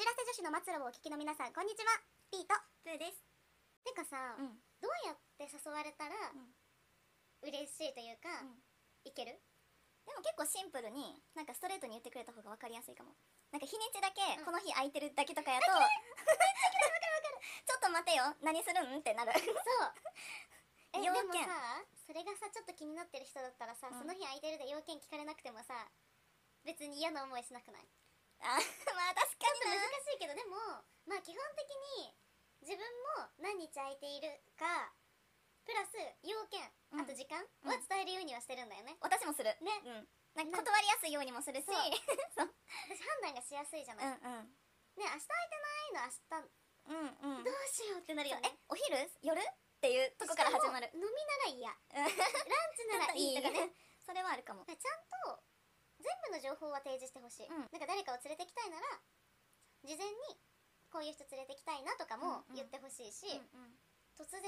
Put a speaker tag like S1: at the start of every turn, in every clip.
S1: をお聞きの皆さんこんにちはピート
S2: プーです。
S1: てかさ、
S2: うん
S1: どうやって誘われたら
S2: うん
S1: 嬉しいというか、
S2: うん
S1: いける
S2: でも結構シンプルになんかストレートに言ってくれた方が分かりやすいかもなんか日にちだけ、
S1: う
S2: こ
S1: ん
S2: の日空いてるだけとかやとちょっと待てよ何するんってな る
S1: そうえで
S2: 要
S1: も
S2: 件
S1: さそれがさちょっと気になってる人だったらさ、
S2: うん
S1: その日空いてるで要件聞かれなくてもさ別に嫌な思いしなくない
S2: あまあ確か
S1: ちょっと
S2: にな
S1: 難しいけどでもまあ基本的に自分も何日空いているかプラス要件
S2: うん
S1: あと時間
S2: うん
S1: は伝えるようにはしてるんだよね、
S2: 私もする
S1: ね
S2: うんなんか断りやすいようにもするし
S1: そう私判断がしやすいじゃ
S2: うん
S1: ない、ね明日空いてないの
S2: うんうんうん
S1: 明日どうしようってなるよ
S2: え
S1: ね
S2: お昼夜っていうとこから始まる
S1: しかも飲みなら
S2: うん
S1: 嫌ランチならいいとかね
S2: それはあるかも
S1: ちゃんと全部の情報は提示してほしい、
S2: うん
S1: なんか誰かを連れてきたいなら事前にこういう人連れてきたいなとかも
S2: うんうん
S1: 言ってほしいし、
S2: うんうん
S1: 突然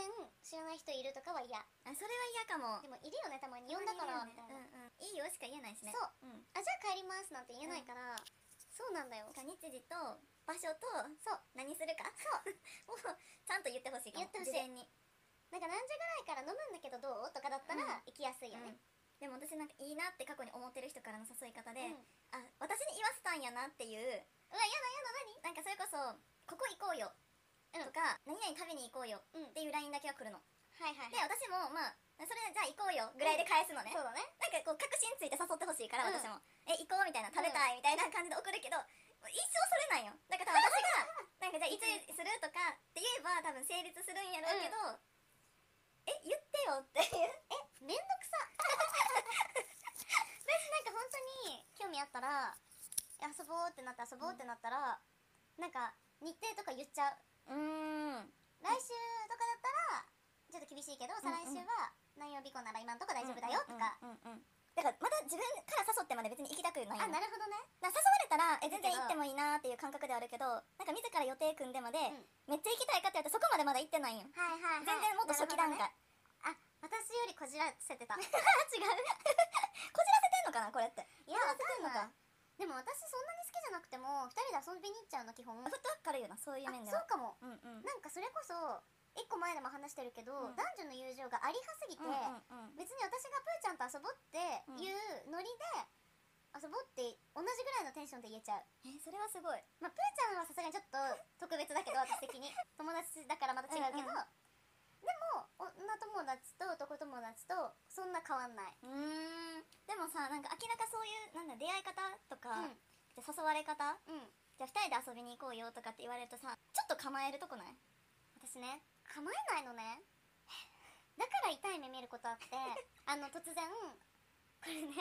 S1: 知らない人いるとかは嫌
S2: あそれは嫌かも
S1: でもいるよねたまに呼んだからみたい
S2: う
S1: な、
S2: んうんいいよしか言えないしね
S1: そ
S2: う
S1: う
S2: ん
S1: あじゃあ帰りますなんて言えないから、そうなんだよ
S2: 日時と場所とそう何するかそうもうちゃんと言ってほしいかも
S1: 言ってほしい
S2: 事前に
S1: なんか何時ぐらいから飲むんだけどどうとかだったら行きやすいよね、
S2: でも私なんかいいなって過去に思ってる人からの誘い方で、
S1: で、
S2: あ私に言わせたんやなっていううわやだやだ何なんかそれこそここ行こうよ
S1: うん
S2: とか、何々食べに行こうよ
S1: うん
S2: っていう LINE だけは来るの、
S1: はいはい
S2: で私もまあそれじゃあ行こうよぐらいで返すのね、
S1: そうだね
S2: なんかこう確信ついて誘ってほしいから
S1: うん
S2: 私も、え行こうみたいな食べたいみたいな感じで送るけど、一生それなんよだから多分私がなんかじゃあいつするとかって言えば多分成立するんやろうけど、え言ってよっていう
S1: めんどくさ 私なんか本当に興味あったら遊ぼうってなって遊ぼうってなったら、なんか日程とか言っちゃう
S2: うん
S1: 来週とかだったらちょっと厳しいけど、
S2: うん
S1: 再来週は何曜日以降なら今んとこ大丈夫だよとか、
S2: うんうんうんだからまた自分から誘ってまで別に行きたくない
S1: あ
S2: の
S1: なるほどね
S2: だから誘われたらえ
S1: だ
S2: 全
S1: け
S2: 然行っても
S1: ど
S2: いいなっていう感覚ではあるけどなんか自ら予定組んでまで、
S1: ん
S2: めっちゃ行きたいかって言われてそこまでまだ行ってないんよ、
S1: はいはい、はい、
S2: 全然もっと初期段階、
S1: なるほどね私よりこじらせてた い
S2: 違うこじらせてんのかなこれって
S1: や
S2: こじ
S1: わ
S2: らせてんの
S1: かんな
S2: か
S1: いでも私そんなに好きじゃなくても2人で遊びに行っちゃうの基本
S2: フ
S1: あ
S2: ットワーク軽いよなそういう面で
S1: そ
S2: は
S1: うかも
S2: うんうん
S1: なんかそれこそ1個前でも話してるけど、
S2: うん
S1: 男女の友情がありはすぎて、
S2: うんうんうん
S1: 別に私がプーちゃんと遊ぼうっていうノリで遊ぼうって同じぐらいのテンションで言えちゃう、
S2: えそれはすごい
S1: まあ、プーちゃんはさすがにちょっと特別だけど私的に友達だからまた違うけど、
S2: うんうん
S1: でも女友達と男友達とそんな変わんない、
S2: うんでもさなんか明らかそういうなんだ出会い方と
S1: う
S2: か、
S1: ん
S2: で誘われ方
S1: うん
S2: じゃあ2人で遊びに行こうよとかって言われるとさちょっと構えるとこない
S1: 私ね構えないのねだから痛い目見ることあ ってあの突然これね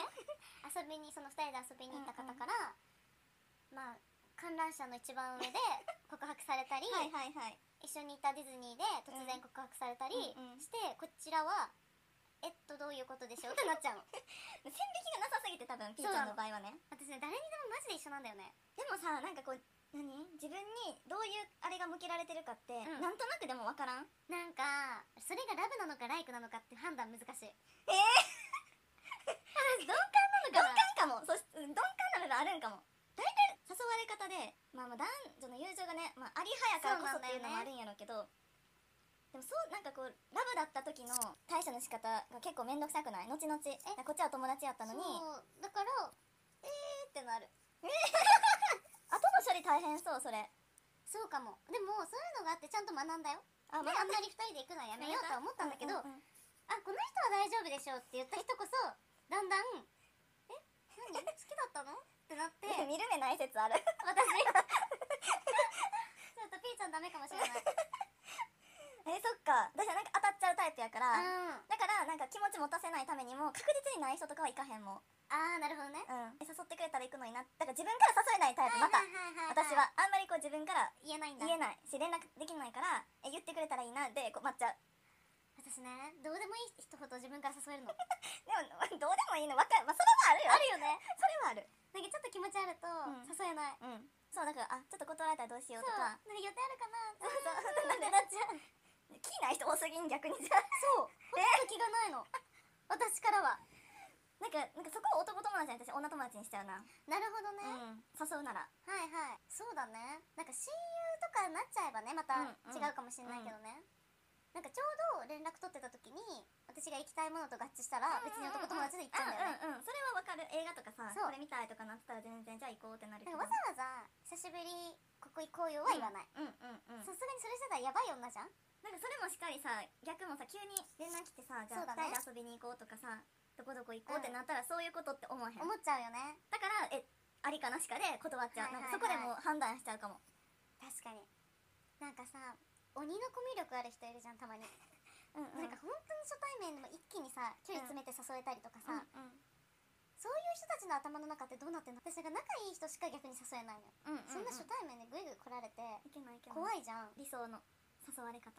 S1: 遊びにその2人で遊びに行った方から、まあ観覧車の一番上で告白されたり、
S2: はいはい
S1: 一緒に行ったディズニーで突然告白されたり
S2: うんうん
S1: して、こちらは「えっとどういうことでしょう?」ってなっち ゃうの
S2: 線引きがなさすぎて多分ピーちゃんの場合はね
S1: 私ね誰にでもマジで一緒なんだよね
S2: でもさなんかこう何自分にどういうあれが向けられてるかって、
S1: ん
S2: なんとなくでも分からん
S1: なんかそれがラブなのかライクなのかって判断難しいえ
S2: え
S1: ー、
S2: 鈍
S1: 鈍感なのかな
S2: 感かもそしうん鈍感な部分あるんかも大体誘われ方で、まあ、まあ男女の友情がね、まあ、ありはやからこそっていうのもあるんやろうけどでもそうなんかこうラブだった時の対処の仕方が結構面倒くさくない後々えこっちは友達やったのに
S1: そうだからえーってなる
S2: 後の処理大変そうそれ
S1: そうかもでもそういうのがあってちゃんと学んだよ
S2: あ
S1: あ,、ね、あんまり2人で行くのはやめようとは思ったんだけど、あこの人は大丈夫でしょうって言った人こそだんだん「え何好きだったの?」ってなって
S2: で 見る目ない説ある
S1: 私ちょっとピーちゃんダメかもしれない
S2: えそっか私はなんか当たっちゃうタイプやから、
S1: あ
S2: だからなんか気持ち持たせないためにも確実にない人とかは行かへんもん、
S1: あーなるほどね
S2: え誘ってくれたら行くのになだから自分から誘えないタイプまた
S1: いいいい
S2: 私はあんまりこう自分から
S1: 言えないんだ
S2: 言えないし連絡できないからえ言ってくれたらいいなでこう待っちゃう
S1: 私ねどうでもいい人ほど自分から誘えるのあ
S2: でもどうでもいいの分かる、まあ、それはあるよ
S1: るよね
S2: それはある
S1: なんかちょっと気持ちあると
S2: うん
S1: 誘えない、
S2: うんそうだからあちょっと断られたらどうしよ
S1: そうう
S2: と
S1: なん
S2: か
S1: か予定あるかな
S2: そう
S1: うーんって
S2: そう
S1: なっちゃう
S2: 気ない人多すぎん逆にじゃあ
S1: そう本当気がないの私からは
S2: なんかなんかそこを男友達じゃなくて私女友達にしちゃうな、
S1: なるほどね、
S2: 誘うなら
S1: はいはいそうだねなんか親友とかかなっちゃえばねまた
S2: うんうん
S1: 違うかもしれないけどね、なんかちょうど連絡取ってた時に私が行きたいものと合致したら別に男友達で行っちゃうんだよ
S2: うんうんうん
S1: ね、
S2: それはわかる映画とかさ
S1: そ
S2: こ
S1: う
S2: れ見たいとかなってたら全然じゃあ行こうってなるけど
S1: なんかわざわざ「久しぶりここ行こうよ」は言わない
S2: うんうんうん
S1: さすがにそれしてたらやばい女じゃん
S2: なんかそれもしっかりさ逆もさ急に連絡来てさじゃ
S1: そう
S2: あ
S1: だね
S2: 2人で遊びに行こうとかさどこどこ行こうってなったらそういうことって思わへん、
S1: 思っちゃうよね
S2: だからえありかなしかで断っちゃう、
S1: はいはい
S2: な
S1: はい
S2: んかそこでもう判断しちゃうかも
S1: 確かになんかさ鬼のコミュ力ある人いるじゃんたま
S2: う
S1: に、
S2: んなん
S1: なん
S2: か
S1: か本当に初対面でも一気にさ距離詰めて誘えたりとかさ、
S2: さ、
S1: そういう人たちの頭の中ってどうなってんの私が仲いい人しか逆に誘えないのよ、
S2: うんうん
S1: そんな初対面でグイグイ来られて
S2: いけないいけない
S1: 怖いじゃん
S2: 理想の誘われ方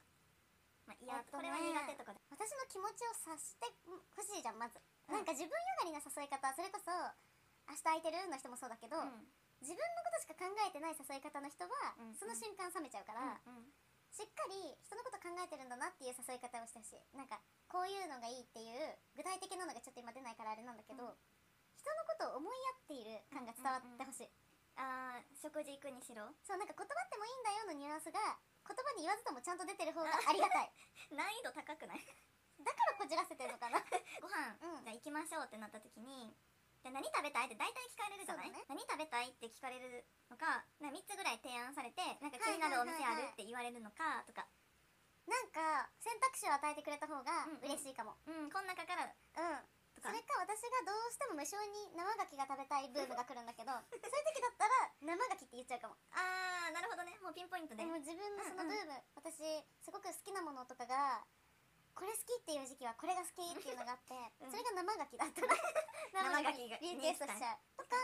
S2: まあい
S1: え
S2: や、
S1: っと
S2: こ
S1: ね
S2: れは苦手とかで
S1: 私の気持ちを察してほしいじゃんまず、
S2: うん
S1: なんか自分よがりな誘い方それこそ「明日空いてる?」の人もそうだけど、
S2: うん
S1: 自分のことしか考えてない誘い方の人は、
S2: うんうん
S1: その瞬間冷めちゃうから、しっかり人のこと考えてるんだなっていう誘い方をしてほしいなんかこういうのがいいっていう具体的なのがちょっと今出ないからあれなんだけど、
S2: うん
S1: 人のことを思い合っている感が伝わってほしい、
S2: あー食事行くにしろ
S1: そうなんか断ってもいいんだよのニュアンスが言葉に言わずともちゃんと出てる方がありがたい
S2: 難易度高くない
S1: だからこじらせてるのか な
S2: ご飯、
S1: うん
S2: じゃあ行きましょうってなった時にで何食べたいって大体聞かれるじゃない、
S1: そうだね
S2: 何食べたいって聞かれるのかな3つぐらい提案されてなんか気になるお店あるって言われるのかとか、
S1: なんか選択肢を与えてくれた方が嬉しいかも
S2: うん、こん中から
S1: うん、
S2: と
S1: そ
S2: か
S1: れか私がどうしても無性に生牡蠣が食べたいブームが来るんだ けどそういう時だったら生牡蠣って言っちゃうかも
S2: あーなるほどねもうピンポイントで
S1: でも自分のその
S2: うん
S1: ブ
S2: うん
S1: ーム、私すごく好きなものとかがこれ好きっていう時期はこれが好きっていうのがあって、
S2: ん
S1: それが生牡蠣だったら
S2: 生牡蠣が
S1: リクエストしちゃうとか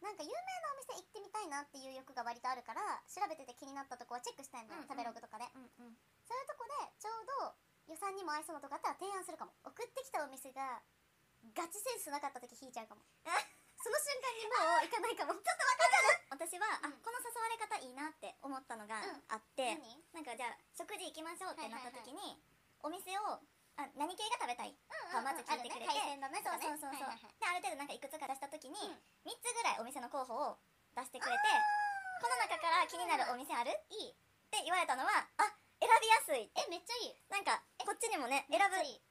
S1: なんか有名なお店行ってみたいなっていう欲が割とあるから調べてて気になったとこはチェックしたいの
S2: う
S1: よ、
S2: んうん
S1: 食べログとかで
S2: うんうん
S1: そういうとこでちょうど予算にも合いそうなとこあったら提案するかも送ってきたお店がガチセンスなかった時引いちゃうかもその瞬間にもう行かないかもちょっと
S2: 私は、
S1: うん
S2: あこの誘われ方いいなって思ったのが
S1: うん
S2: あって、
S1: 何
S2: なんかじゃあ食事行きましょうってなった時に、お店をあ何系が食べたい
S1: うん
S2: かまず聞いてくれて、
S1: あるね海鮮だねと
S2: そう
S1: かね
S2: そうそうそう、
S1: はいはいはい
S2: である程度なんかいくつか出した時に、
S1: うん
S2: 3つぐらいお店の候補を出してくれてこの中から気になるお店あるいいって言われたのはあ選びやすい
S1: えめっちゃいい
S2: なんかこっちにもね選ぶ
S1: めっちゃいい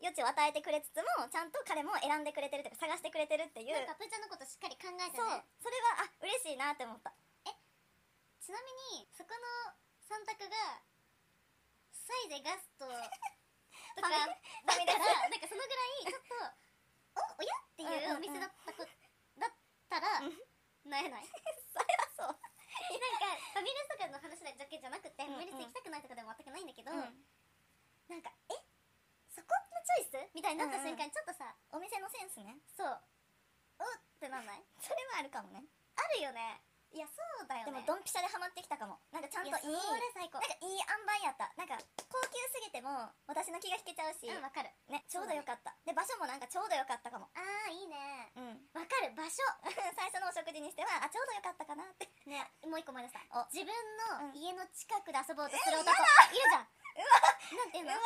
S2: 余地を与えてくれつつもちゃんと彼も選んでくれてるというか探してくれてるっていう
S1: なんかプーちゃんのことしっかり考えて
S2: そう
S1: ね
S2: それはあ嬉しいなって思った
S1: ちなみにそこの3択がサイでガストとか
S2: ファ ミ
S1: だ
S2: ファミ
S1: か
S2: レス
S1: らなんかそのぐらいちょっとおおやっていうお
S2: うんうんうん
S1: 店だったこだったら
S2: うん
S1: なえない なんか
S2: それはそう
S1: ファミレスとかの話だけじゃなくて
S2: うんうん
S1: ファミレス行きたくないとかでも全くないんだけど、
S2: うん
S1: なんかえそこのチョイスみたいになった瞬間ちょっとさ、
S2: お店のセンスね
S1: そうおってなんない
S2: それはあるかもね
S1: あるよねいやそうだよ
S2: でも
S1: ね
S2: ドンピシャでハマってきたかもなんかちゃんといい
S1: いやそれ最高
S2: なんかいい塩梅やったなんか高級すぎても私の気が引けちゃうし、
S1: うんわかる
S2: ね、ちょうどよかった、で場所もなんかちょうどよかったかも
S1: あーいいね
S2: うん
S1: わかる場所
S2: 最初のお食事にしてはあちょうどよかったかなって
S1: ねもう一個思い出した
S2: お
S1: 自分の
S2: うん
S1: 家の近くで遊ぼうとする男、いるじゃんなんていうの
S2: うわ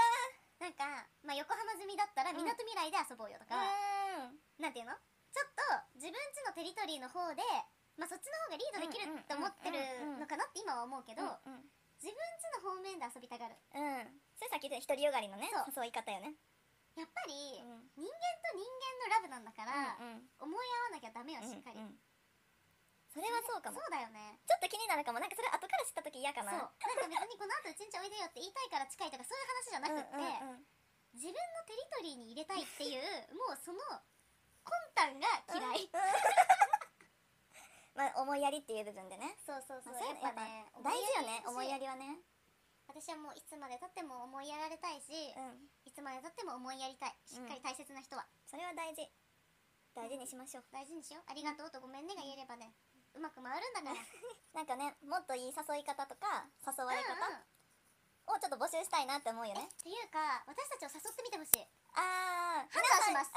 S1: なんか、まあ、横浜済みだったら
S2: うん
S1: みなとみらいで遊ぼうよとか、
S2: うん
S1: なんていうのちょっと自分家のテリトリーの方で、まあ、そっちの方がリードできると思ってるのかなって今は思うけど、
S2: うんうん
S1: 自分家の方面で遊びたがる
S2: うんそれさっき言ってた独りよがりのね
S1: そ
S2: 誘い方よね
S1: やっぱり
S2: う、ん
S1: 人間と人間のラブなんだから、
S2: うん
S1: 思い合わなきゃダメよしっかり、
S2: うんうんそれはそうかも
S1: そうだよね
S2: ちょっと気になるかもなんかそれ後から知った時嫌か
S1: そうなん
S2: な
S1: か別にこの後一日おいでよって言いたいから近いとかそういう話じゃなくって、
S2: うんうんうん
S1: 自分のテリトリーに入れたいっていう もうその魂胆が嫌い、
S2: うん まあ思いやりっていう部分でね
S1: そうそう
S2: まあ
S1: やっぱね
S2: やっぱ大事よね思いや
S1: り
S2: りはね
S1: 私はもういつまでたっても思いやられたいし、
S2: うん
S1: いつまでたっても思いやりたいしっかり大切な人は、
S2: それは大事大事にしましょう
S1: 大事にしようありがとうとごめんねが言えればねうまく回るんだから
S2: なんかねもっといい誘い方とか誘われ
S1: うんう
S2: 方
S1: ん
S2: をちょっと募集したいなって思うよ
S1: え
S2: ね
S1: っていうか私たちを誘ってみてほしい
S2: ああ
S1: 判断します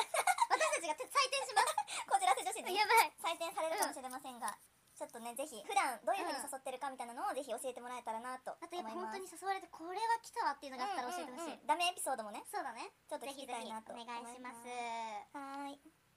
S1: 私たちがて採点します
S2: こじらせ女子に
S1: やばい
S2: 採点されるかもしれませんが、ちょっとねぜひ普段どういうふうに誘ってるかみたいなのをぜひ教えてもらえたらなと
S1: あと
S2: 思い
S1: やっぱ本
S2: ます
S1: 当に誘われてこれは来たわっていうのがあったら教えてほしい、
S2: うんうんうんダメエピソードもね
S1: そうだね
S2: ちょっと
S1: ぜ
S2: 聞
S1: ひ
S2: き
S1: ぜ
S2: たい
S1: ひお
S2: なと思
S1: 願
S2: います
S1: いします
S2: は